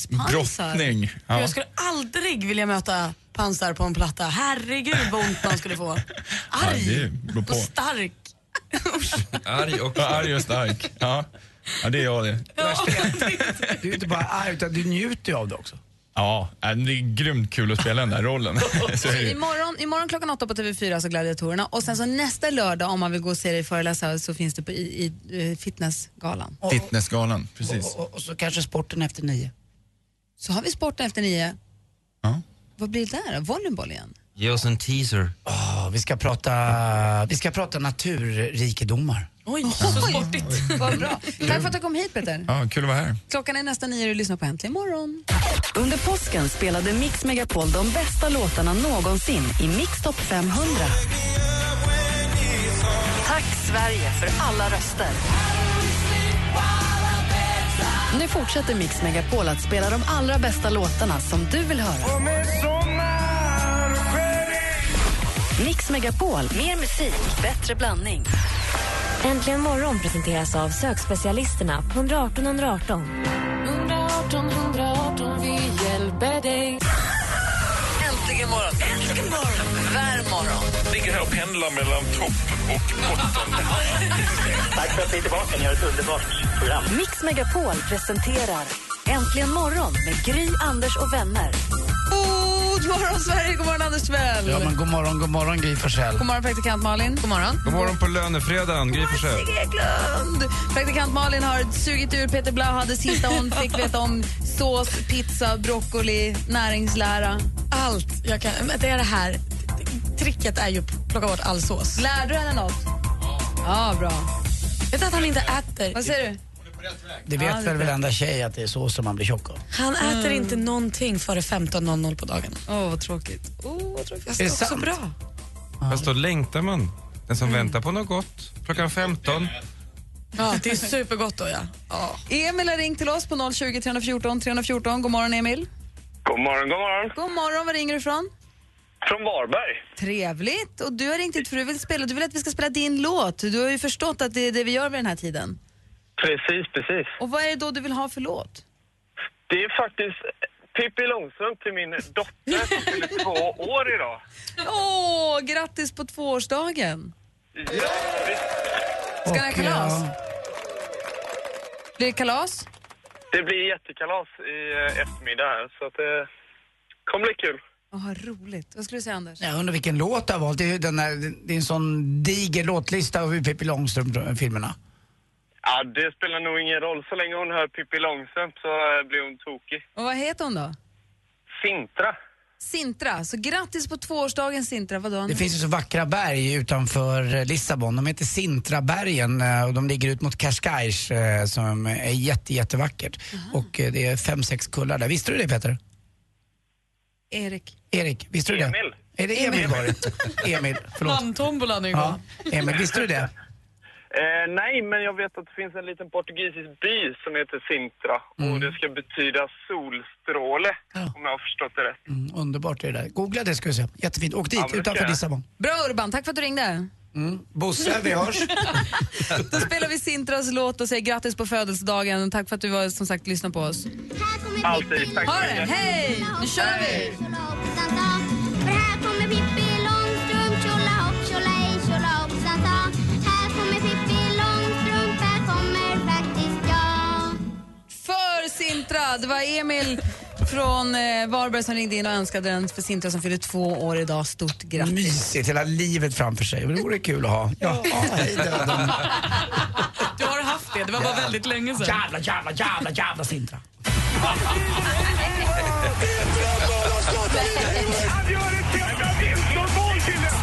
Brottningspansar. Brottning. Ja. Jag skulle aldrig vilja möta pansar på en platta. Herregud vad ont man skulle få. Ja, Arg det beror på. och stark. Arg och Ja, arg och stark. Ja. ja, det är jag det. Du är ju inte bara arg, utan du njuter ju av det också. Ja, äh, det är grymt kul att spela den där rollen. Så är det ju. Imorgon, imorgon klockan åtta på TV4, alltså Gladiatorerna. Och sen så nästa lördag, om man vill gå och se dig föreläsa, så finns det på, i, i eh, Fitnessgalan. Fitnessgalan, precis. Och, och, och så kanske sporten efter nio. Så har vi sporten efter nio. Ja. Vad blir det där då? Volleyboll igen? Ge oss en teaser. Ja, vi ska prata, vi ska prata naturrikedomar. Oj, så sportigt. Vad bra. Tack för att du kom hit Peter. Ja, kul att vara här. Klockan är nästan nio och du lyssnar på Äntligen morgon. Under påsken spelade Mix Megapol de bästa låtarna någonsin i Mix Top 500. Tack Sverige för alla röster. Nu fortsätter Mix Megapol att spela de allra bästa låtarna som du vill höra. Mix Megapol, mer musik, bättre blandning. Äntligen morgon presenteras av sökspecialisterna på 118 118. 118 118, vi hjälper dig. Äntligen morgon, äntligen morgon, varm morgon. Ligger här och pendlar mellan topp och botten. Tack för att ni är tillbaka. Ni har ett underbart program. Mix Megapol presenterar Äntligen morgon med Gry, Anders och vänner. God morgon Sverige, god morgon Anders Tvell. Ja, men god morgon, god morgon Gry Forssell. God morgon praktikant Malin. God morgon. God morgon på lönefredagen, Gry Forssell. Eklund. Praktikant Malin har sugit ur Peter Blaha det sista hon fick veta om sås, pizza, broccoli, näringslära. Allt jag kan. Men det är det här. Tricket är ju att plocka bort all sås. Lärde du henne något? Ja, bra. Vet du att han inte äter? Vad säger du? Det Ja, vet det väl är varenda tjej att det är så som man blir tjock av. Han äter inte någonting före 15.00 på dagen. Åh, vad tråkigt. Oh, vad tråkigt. Fast Är det också sant? bra. Fast då längtar man. Den som väntar på något gott klockan 15. Ja, det är supergott då ja. ja. Emil har ringt till oss på 020 314 314. God morgon Emil. God morgon, god morgon. God morgon, var ringer du ifrån? Från Varberg. Trevligt. Och du har ringt hit för du vill spela. Du vill att vi ska spela din låt. Du har ju förstått att det är det vi gör vid den här tiden. Precis, precis. Och vad är det då du vill ha för låt? Det är faktiskt Pippi Långstrump till min dotter som fyller två år idag. Åh, grattis på tvåårsdagen. Ja, visst. Ska det ha kalas? Blir det kalas? det blir jättekalas i eh, eftermiddag här, så att det kommer bli kul. Åh, vad roligt. Vad skulle du säga Anders? Jag undrar vilken låt du har valt. Det är, ju den där, det är en sån diger låtlista av Pippi Långstrump-filmerna. Ja, det spelar nog ingen roll. Så länge hon hör Pippi Långstrump så eh, blir hon tokig. Och vad heter hon då? Sintra. Sintra. Så grattis på tvåårsdagen Sintra. Vadå Det Anders? finns ju så vackra berg utanför eh, Lissabon. De heter Sintrabergen eh, och de ligger ut mot Cascais eh, som är jätte, jättevackert. Och eh, det är fem, sex kullar där. Visste du det Peter? Erik. Erik, visste du det? Emil. Är det Emil var det? Emil, förlåt. Namntombolan Ja, Emil, visste du det? Eh, nej, men jag vet att det finns en liten portugisisk by som heter Sintra Mm. och det ska betyda solstråle, om jag har förstått det rätt. Mm, underbart är det där. Googla det ska vi se. Jättefint. Åk dit, Ja, men det ska utanför jag. Lissabon. Bra Urban, tack för att du ringde. Mm. Bosse, vi hörs. Då spelar vi Sintras låt och säger grattis på födelsedagen. Och Tack för att du var, som sagt lyssnade på oss. Alltid, tack Ha det, hej! Nu kör vi! För här kommer Pippi Långstrump, tjolahopp, tjolahej, tjolahoppsan sa. Här kommer Pippi Långstrump, här kommer faktiskt jag. För Sintra! Det var Emil från eh, Varberg som ringde in och önskade den för Sintra som fyller två år idag. Stort grattis. Mysigt, hela livet framför sig. Det vore kul att ha. Ja, hej döden. Du har haft det, det var bara väldigt länge sedan. Jävla, jävla, jävla, jävla Sintra.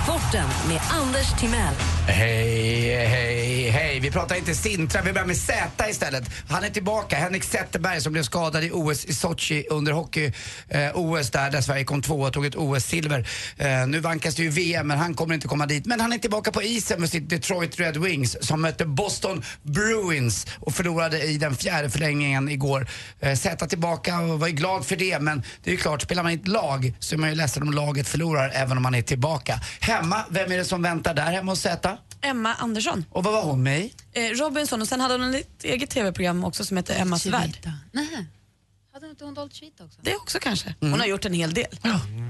Sporten med Anders Timell. Hej, hej, hej. Vi pratar inte Sintra, vi börjar med Z istället. Han är tillbaka, Henrik Zetterberg som blev skadad i OS i Sochi under hockey-OS där, där Sverige kom tvåa och tog ett OS-silver. Eh, nu vankas det ju VM, men han kommer inte komma dit. Men han är tillbaka på isen med sitt Detroit Red Wings som mötte Boston Bruins och förlorade i den fjärde förlängningen igår. Eh, Z tillbaka och var ju glad för det, men det är ju klart, spelar man i ett lag så är man ju ledsen om laget förlorar även om man är tillbaka. Hemma, vem är det som väntar där hemma hos Z? Emma Andersson. Och vad var hon med i? Eh, Robinson och sen hade hon ett eget tv-program också som heter Emmas värld. Nej. Hade inte hon dolt cheat också? Det också kanske. Hon har gjort en hel del.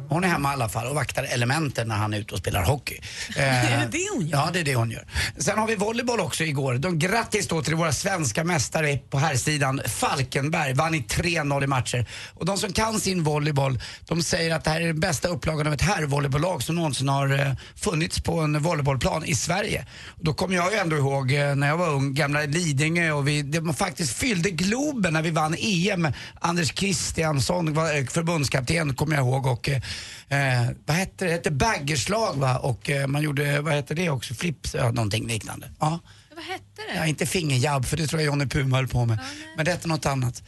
Hon är hemma i alla fall och vaktar elementen när han är ute och spelar hockey. Eh, Är det det hon gör? Ja, det är det hon gör. Sen har vi volleyboll också igår. De, grattis då till våra svenska mästare på här sidan Falkenberg. Vann i 3-0 i matcher. Och de som kan sin volleyboll, de säger att det här är den bästa upplagan av ett herrvolleybollag som någonsin har eh, funnits på en volleybollplan i Sverige. Då kommer jag ju ändå ihåg eh, när jag var ung, gamla Lidingö och vi, det, man faktiskt fyllde Globen när vi vann EM. Anders Kristiansson var eh, förbundskapten, kommer jag ihåg. Och, eh, Eh, vad hette det? Det hette baggerslag va? Och eh, man gjorde, vad hette det också? Flips, ja, någonting liknande. Ja. Vad hette det? ja, inte fingerjabb för det tror jag Johnny Puma höll på med. men det hette något annat.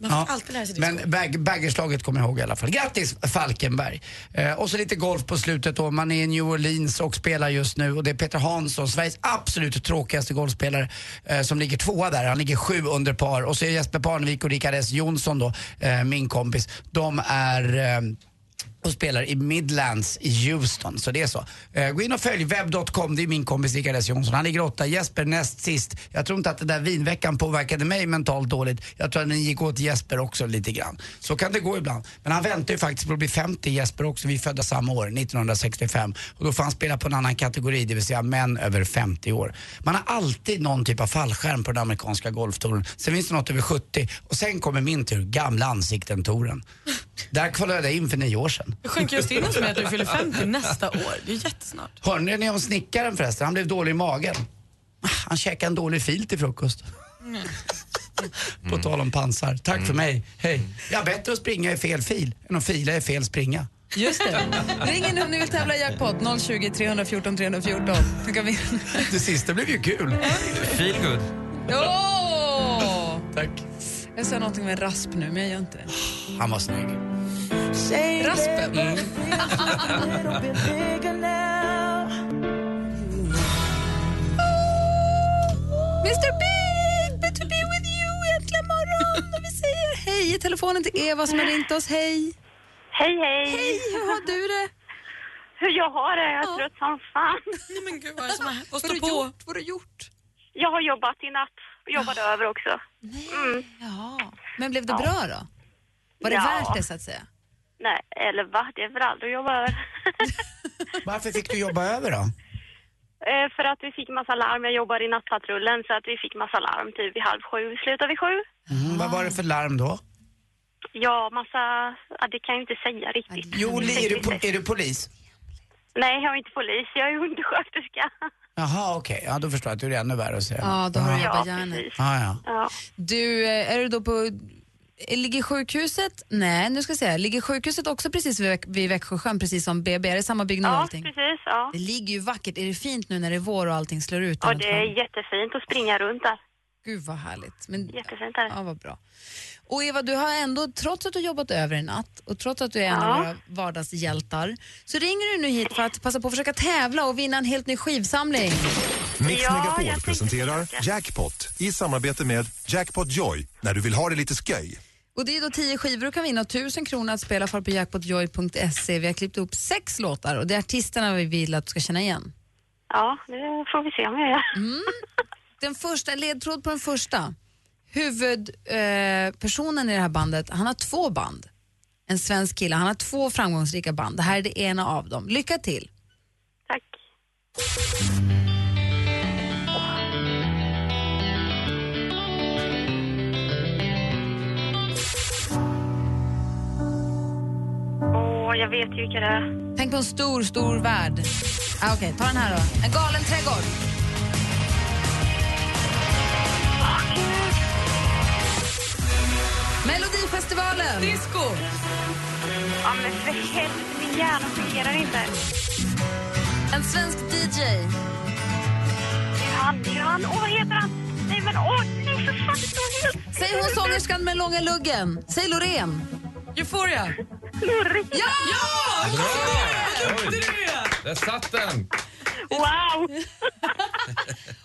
Man får alltid lära sig det. Men bag, baggerslaget kommer jag ihåg i alla fall. Grattis Falkenberg! Eh, och så lite golf på slutet då. Man är i New Orleans och spelar just nu och det är Peter Hansson, Sveriges absolut tråkigaste golfspelare, eh, som ligger tvåa där. Han ligger sju under par. Och så är Jesper Parnevik och Rickard S Jonsson då, eh, min kompis. De är eh, och spelar i Midlands i Houston, så det är så. Eh, gå in och följ webb.com, det är min kompis Rickard S Jonsson. Han ligger åtta, Jesper näst sist. Jag tror inte att den där vinveckan påverkade mig mentalt dåligt. Jag tror att den gick åt Jesper också lite grann. Så kan det gå ibland. Men han väntar ju faktiskt på att bli 50, Jesper också. Vi är födda samma år, 1965. Och då får han spela på en annan kategori, det vill säga män över 50 år. Man har alltid någon typ av fallskärm på den amerikanska golftouren. Sen finns det något över 70 och sen kommer min tur, gamla ansikten-touren. Där kvalade jag in för nio år sedan. Du sjönk just in hos mig att du fyller 50 nästa år. Det är jättesnart. Hörde ni om snickaren förresten? Han blev dålig i magen. Ah, Han käkade en dålig fil till frukost. På tal om pansar. Tack för mig, hej. Ja, bättre att springa i fel fil än att fila i fel springa. Just det. Ring in om ni vill tävla i jackpot. 020 314 314. Då kan vi... Det sista blev ju kul. Feel good. Åh! Tack. Jag sa någonting med rasp nu, men jag gör inte det. Han var snygg. Raspen? Mr Big, good to be with you egentligen morgon. Och vi säger hej i telefonen till Eva som har ringt oss. Hej! Hej, hej! Hej, hur har du det? Hur jag har det? Jag är trött som fan. Nej men gud, vad är det som har hänt? Vad står på? Gjort? Vad har du gjort? Jag har jobbat i natt och jobbade över också. Mm. Ja. Men blev det bra då? Var det Ja. värt det så att säga? Nej, eller va? Det är väl aldrig att jobba över. Varför fick du jobba över då? Eh, För att vi fick massa larm. Jag jobbar i nattpatrullen så att vi fick massa larm typ vid halv sju. Slutar vid sju. Mm, vad var det för larm då? Ja, massa... Ja, det kan jag inte säga riktigt. Jo, Li, är du, po- är du polis? Nej, jag är inte polis. Jag är undersköterska. Jaha, okej. Ja, då förstår jag att du är ännu värre att säga. Ja, då har du Ja. jobbat hjärnet. Ja, ja. Du, eh, är du då på... eh, Ligger sjukhuset? Nej, nu ska jag säga. Ligger sjukhuset också precis vid, Väx- vid Växjösjön, precis som BB? Är det samma byggnad och Ja, allting? precis. Ja. Det ligger ju vackert. Är det fint nu när det är vår och allting slår ut? Och runt det är sjön? jättefint att springa runt där. Gud vad härligt. Men, Jättefint är det. Ja, vad bra. Och Eva, du har ändå, trots att du har jobbat över i natt och trots att du är en Ja. av våra vardagshjältar, så ringer du nu hit för att passa på att försöka tävla och vinna en helt ny skivsamling. Mix Ja, jag Megapol tänkte presenterar försöka. Jackpot i samarbete med Jackpot Joy när du vill ha det lite sköj. Och det är då 10 skivor du kan vinna och 1000 kronor att spela för på jackpotjoy.se. Vi har klippt upp sex låtar och det är artisterna vi vill att du ska känna igen. Mm. Ja, det får vi se om jag gör. Den första, ledtråd på den första. Huvudpersonen eh, personen i det här bandet, han har två band. En svensk kille, han har två framgångsrika band. Det här är det ena av dem. Lycka till! Tack. Åh, jag vet ju vilka det är. Tänk på en stor, stor värld. Ah, Okej, ta den här då. En galen trädgård. Melodifestivalen! Disco! Ja, men för helvete, min hjärna fungerar inte. En svensk DJ. Det är han, det är han. Åh, vad heter han? Nej, men åh, nej, för fan, det står helt... Säg hon sångerskan med långa luggen. Säg Loreen. Euphoria. Loreen. Ja! Bra! Oj, där satt den! Wow!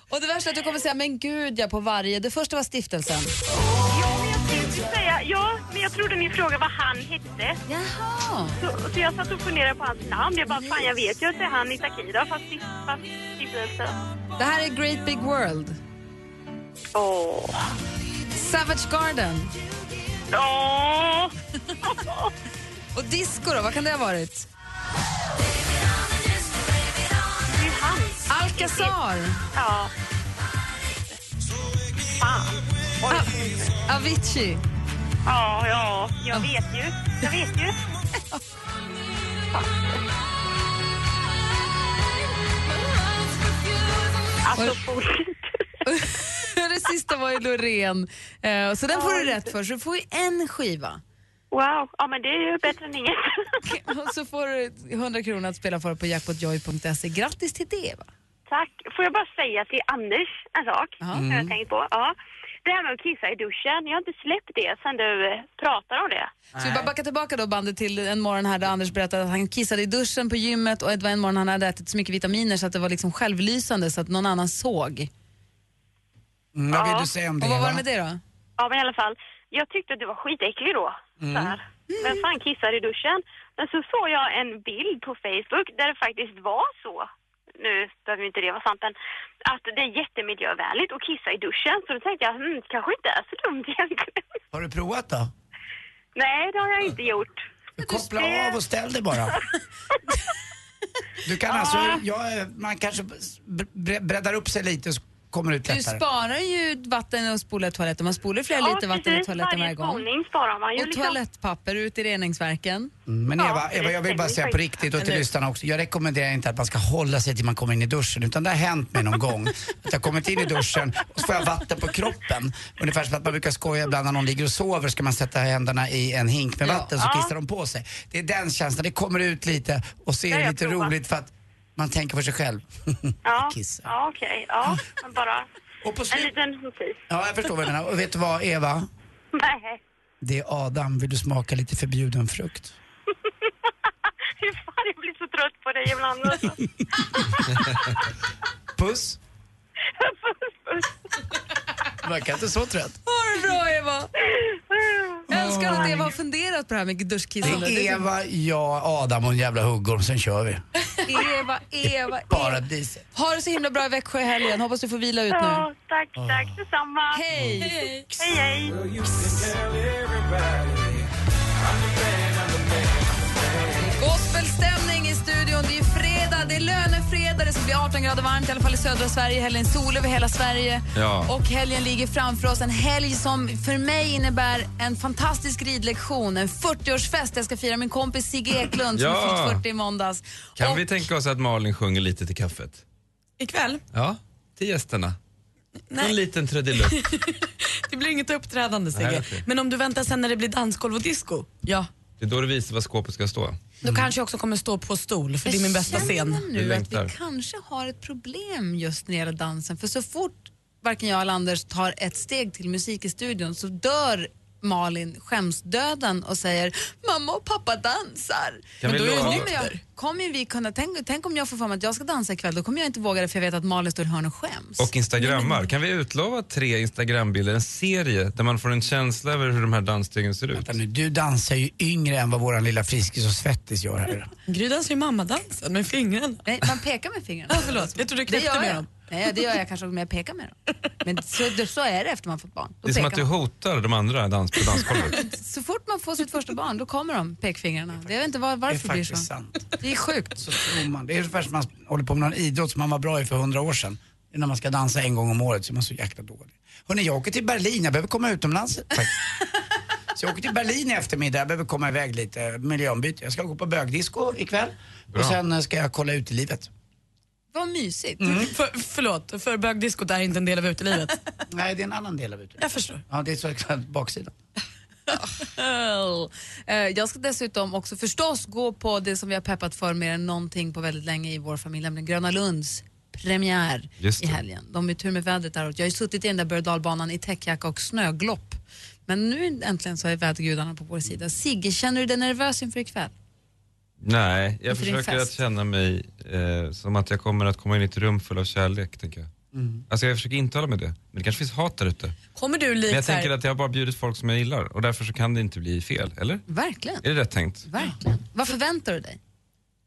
Och det värsta är att du kommer säga men gud ja på varje. Det första var stiftelsen. Säga, ja, men jag trodde min fråga var han hette. Jaha. Så, så jag satt och funderade på hans namn. Jag bara, fan jag vet ju att det är han i Takida, fast i- fast i Stiftelsen. Det här är Great Big World. Åh. Savage Garden. Åh. Och disco då, vad kan det ha varit? Det är han. Alcazar. Ja. Fan. A- Avicii. Ja, ja, jag vet ju. Jag vet ju. Alltså, det sista var ju Loreen. Eh, Så den får du rätt för, så du får ju en skiva. Wow, ja men det är ju bättre än inget. Och så får du 100 kronor att spela för på jackpotjoy.se. Grattis till det va? Tack. Får jag bara säga till Anders en sak som Mm. jag har tänkt på. Ja. Det här med att kissa i duschen, jag har inte släppt det sen du eh, pratade om det. Så vi bara backar tillbaka då bandet till en morgon här där Anders berättade att han kissade i duschen på gymmet och det var en morgon han hade ätit så mycket vitaminer så att det var liksom självlysande så att någon annan såg. Mm, vad Ja. vill du säga om det? och vad var det va? med det då? Ja men i alla fall, jag tyckte att du var skitäcklig då. Mm. Så här. Vem fan kissar i duschen? Men så såg jag en bild på Facebook där det faktiskt var så, nu behöver ju inte det vara sant men, att det är jättemiljövänligt att kissa i duschen. Så då tänkte jag, hmm, kanske inte är så dumt egentligen. Har du provat då? Nej, det har jag inte gjort. Koppla av och ställ dig bara. Du kan alltså, ja, man kanske bre- bre- breddar upp sig lite så kommer det ut Du lättare. sparar ju vatten och spolar i toaletten. Man spolar flera Ja, liter vatten i precis. toaletten varje gång. Varje sparar man ju Och liksom. toalettpapper ut i reningsverken. Mm, Men Ja, Eva, det Eva, jag vill bara stämmer säga på faktiskt. riktigt och till Eller- lyssnarna också. Jag rekommenderar inte att man ska hålla sig till man kommer in i duschen. Utan det har hänt mig någon gång. Att jag har kommit in i duschen och så får jag vatten på kroppen. Ungefär som att man brukar skoja ibland när någon ligger och sover ska man sätta händerna i en hink med vatten så Ja. kissar de på sig. Det är den känslan. Det kommer ut lite och så är Det har det jag lite provat. roligt för att man tänker för sig själv. Ja, Kissa. ja okej. Ja, men bara... En liten notis. Ja, jag förstår vad du menar. Och vet du vad, Eva? Nej. Det är Adam. Vill du smaka lite förbjuden frukt? Fan, jag blir så trött på dig ibland. alltså. Puss! Verkar inte så trött. Ha det bra Eva! Jag önskar att Eva har funderat på det här med duschkissande. Det är Eva, jag, Adam och en jävla huggorm, sen kör vi. Eva, Eva, Eva. Paradiset. Ha det så himla bra i Växjö i helgen. Hoppas du får vila ut nu. Ja, tack, tack. Detsamma. Hej. Hej, hej. Gospelstämning i studion. Det är ju fredag, det är lönefredag. Det ska bli 18 grader varmt, i alla fall i södra Sverige. Helgen sol över hela Sverige. Ja. Och helgen ligger framför oss. En helg som för mig innebär en fantastisk ridlektion, en 40-årsfest. Jag ska fira min kompis Sigge Eklund som Ja. fyllt 40 i måndags. Kan och vi tänka oss att Malin sjunger lite till kaffet? Ikväll? Ja, till gästerna. Nej. En liten trudelutt. Det blir inget uppträdande Nej, Sigge. okej. Men om du väntar sen när det blir dansgolv och disco, ja. Det är då du visar vad skåpet ska stå. Då kanske jag också kommer stå på stol för det är min bästa scen. Vi nu att vi längtar. kanske har ett problem just när det gäller dansen. För så fort varken jag eller Anders tar ett steg till musik i studion så dör Malin skämsdöden och säger mamma och pappa dansar. Kan Men vi då lova- kommer, jag, kommer vi kunna, tänk, tänk om jag får för mig att jag ska dansa ikväll, då kommer jag inte våga det för jag vet att Malin står i hörn och skäms. Och instagrammar. Kan vi utlova tre instagrambilder, en serie där man får en känsla över hur de här dansstegen ser ut? Nu, Du dansar ju yngre än vad våran lilla Friskis och Svettis gör här. Gry dansar ju mammadansen med fingrarna. Nej, man pekar med fingrarna. Ja, förlåt. Jag trodde du Det knäppte gör med jag. dem. Nej, det gör jag kanske också, men jag pekar med dem. Men så, det- så är det efter man fått barn. Då Det är som pekar att du man. hotar de andra dans på dansgolvet. Så fort man får sitt första barn, då kommer de pekfingrarna. Jag vet inte var, varför det blir så. faktiskt sant. Det är sjukt. Så tror man. Det är ungefär som man håller på med någon idrott som man var bra i för hundra år sedan. Det är När man ska dansa en gång om året så är man så jäkla dålig. Hörni, jag åker till Berlin. Jag behöver komma utomlands faktiskt. Så jag åker till Berlin i eftermiddag. Jag behöver komma iväg lite. Miljöombyte. Jag ska gå på bögdisco ikväll. Bra. Och sen eh, ska jag kolla ut i livet. Vad mysigt. Mm. För, förlåt, för bögdiskot är inte en del av utelivet. Nej, det är en annan del av utelivet. Jag förstår. Ja, det är så exakt baksidan. Eh, Jag ska dessutom också förstås gå på det som vi har peppat för mer än någonting på väldigt länge i vår familj, nämligen Gröna Lunds premiär Just det. i helgen. De är tur med vädret däråt. Jag har ju suttit i den där berg och dalbanan i täckjacka och snöglopp. Men nu äntligen så är vädergudarna på vår sida. Sigge, känner du dig nervös inför ikväll? Nej, jag Inför din försöker att fest. känna mig eh, som att jag kommer att komma in i ett rum full av kärlek, tänker jag. Mm. Alltså jag försöker intala mig det. Men det kanske finns hat där ute. Kommer du Men jag likt tänker här, att jag har bara bjudit folk som jag gillar och därför så kan det inte bli fel, eller? Verkligen. Är det rätt tänkt? Verkligen. Vad förväntar du dig?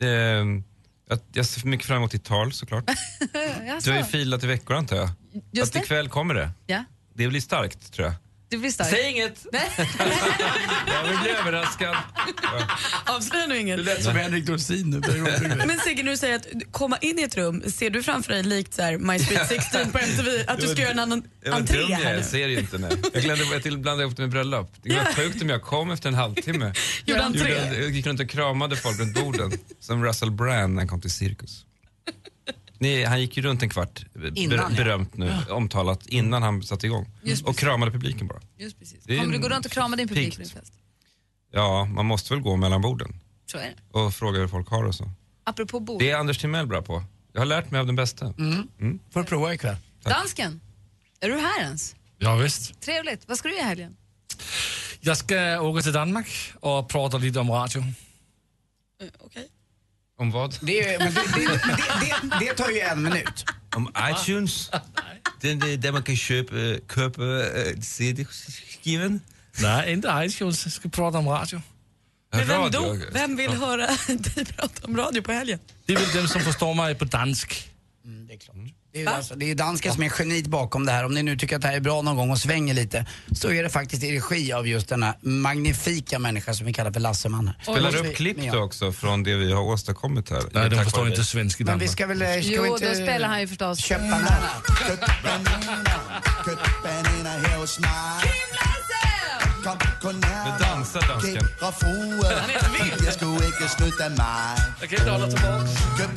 Ehm, att jag ser mycket fram emot ditt tal såklart. Du Jaså? har ju filat i veckor antar jag. Alltså. Just att ikväll kommer det. Ja, Det blir starkt tror jag. du blir stark. Säg inget! Jag vill bli överraskad. avslöja nu inget. Henrik Dorsin nu. Men Sigge, när du säger att komma in i ett rum, ser du framför dig likt så här My Sweet 16 på MTV, att du ska göra en annan Jag var entré dum jag här är, nu? jag ser ju inte. Nej. Jag glömde jag till blandade ihop det med bröllop. Det var sjukt om jag kom efter en halvtimme. Gjorde entré. Gjorde- Jag gick runt och kramade folk runt borden. Som Russell Brand när han kom till cirkus. Nej, han gick ju runt en kvart, eh, Innan, ja. ber- berömt nu, omtalat, innan han satte igång. Och kramade publiken bara. Just precis. Det är Kommer du en gå runt och krama din publik pikt. på din fest? Ja, man måste väl gå mellan borden Så är det. och fråga hur folk har och så. Apropå bord. Det är Anders Timell bra på. Jag har lärt mig av den bästa. Mm. Får du prova ikväll? Dansken, är du här ens? Ja, visst. Trevligt. Vad ska du göra i helgen? Jag ska åka till Danmark och prata lite om radio. Om vad? Det, är- men det, det, det, det, det tar ju en minut. Om iTunes. Den eh, där man kan köpa, eh, köpa eh, CD-skivan. Nej, inte iTunes. Jag ska prata om radio. Men vem då? Vem vill höra dig prata om radio på helgen? Det är väl dem som förstår mig på dansk. Mm, Det är, ju alltså, det är ju danska som är geniet bakom det här. Om ni nu tycker att det här är bra någon gång och svänger lite så är det faktiskt i regi av just denna magnifika människa som vi kallar för Lasseman. här. Spelar du Som vi- upp klipp men då jag- också från det vi har åstadkommit här? Nej, de Tack förstår vare inte dig. svenska i Men vi Danmark. ska väl... eh, Ska Jo, vi då inte... spelar han ju förstås. Köp banana. Nu dansar dansken. Jeg skulle ikke slutte mig. Jeg kan ikke holde tilbage. Køb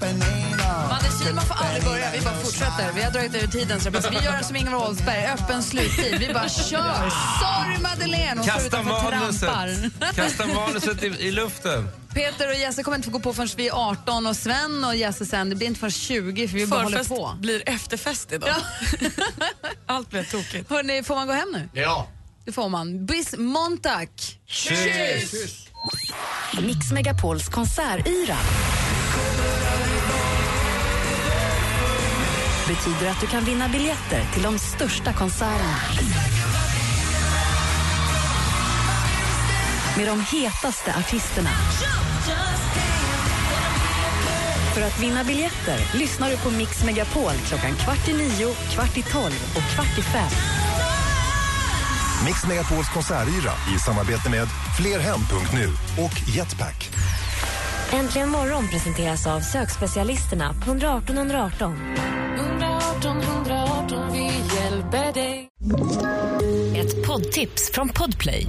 bananer, Madde Kihlman får aldrig börja, vi bara fortsätter. Vi har dragit över tiden så det bara, vi gör som Ingvar Oldsberg, öppen sluttid. Vi bara kör. Sorry Madeleine, hon står Kasta utanför och manuset! trampar. Kasta manuset i, i luften! Peter och Jesse kommer inte få gå på förrän vi är 18 och Sven och Jesse sen, det blir inte förrän 20 för vi bara håller Förfest på. blir efterfest idag. Allt blev tokigt. Hörrni, får man gå hem nu? Ja. Det får man. Bis Montag! Tschüss! Mix Megapols konsertyra betyder att du kan vinna biljetter till de största konserterna. Med de hetaste artisterna. För att vinna biljetter lyssnar du på Mix Megapol klockan kvart i nio, kvart i tolv och kvart i fem. Mix Megapols konsertyra i samarbete med flerhem.nu och Jetpack. Äntligen morgon presenteras av sökspecialisterna på 118 118. 118 118, vi hjälper dig. Ett poddtips från Podplay.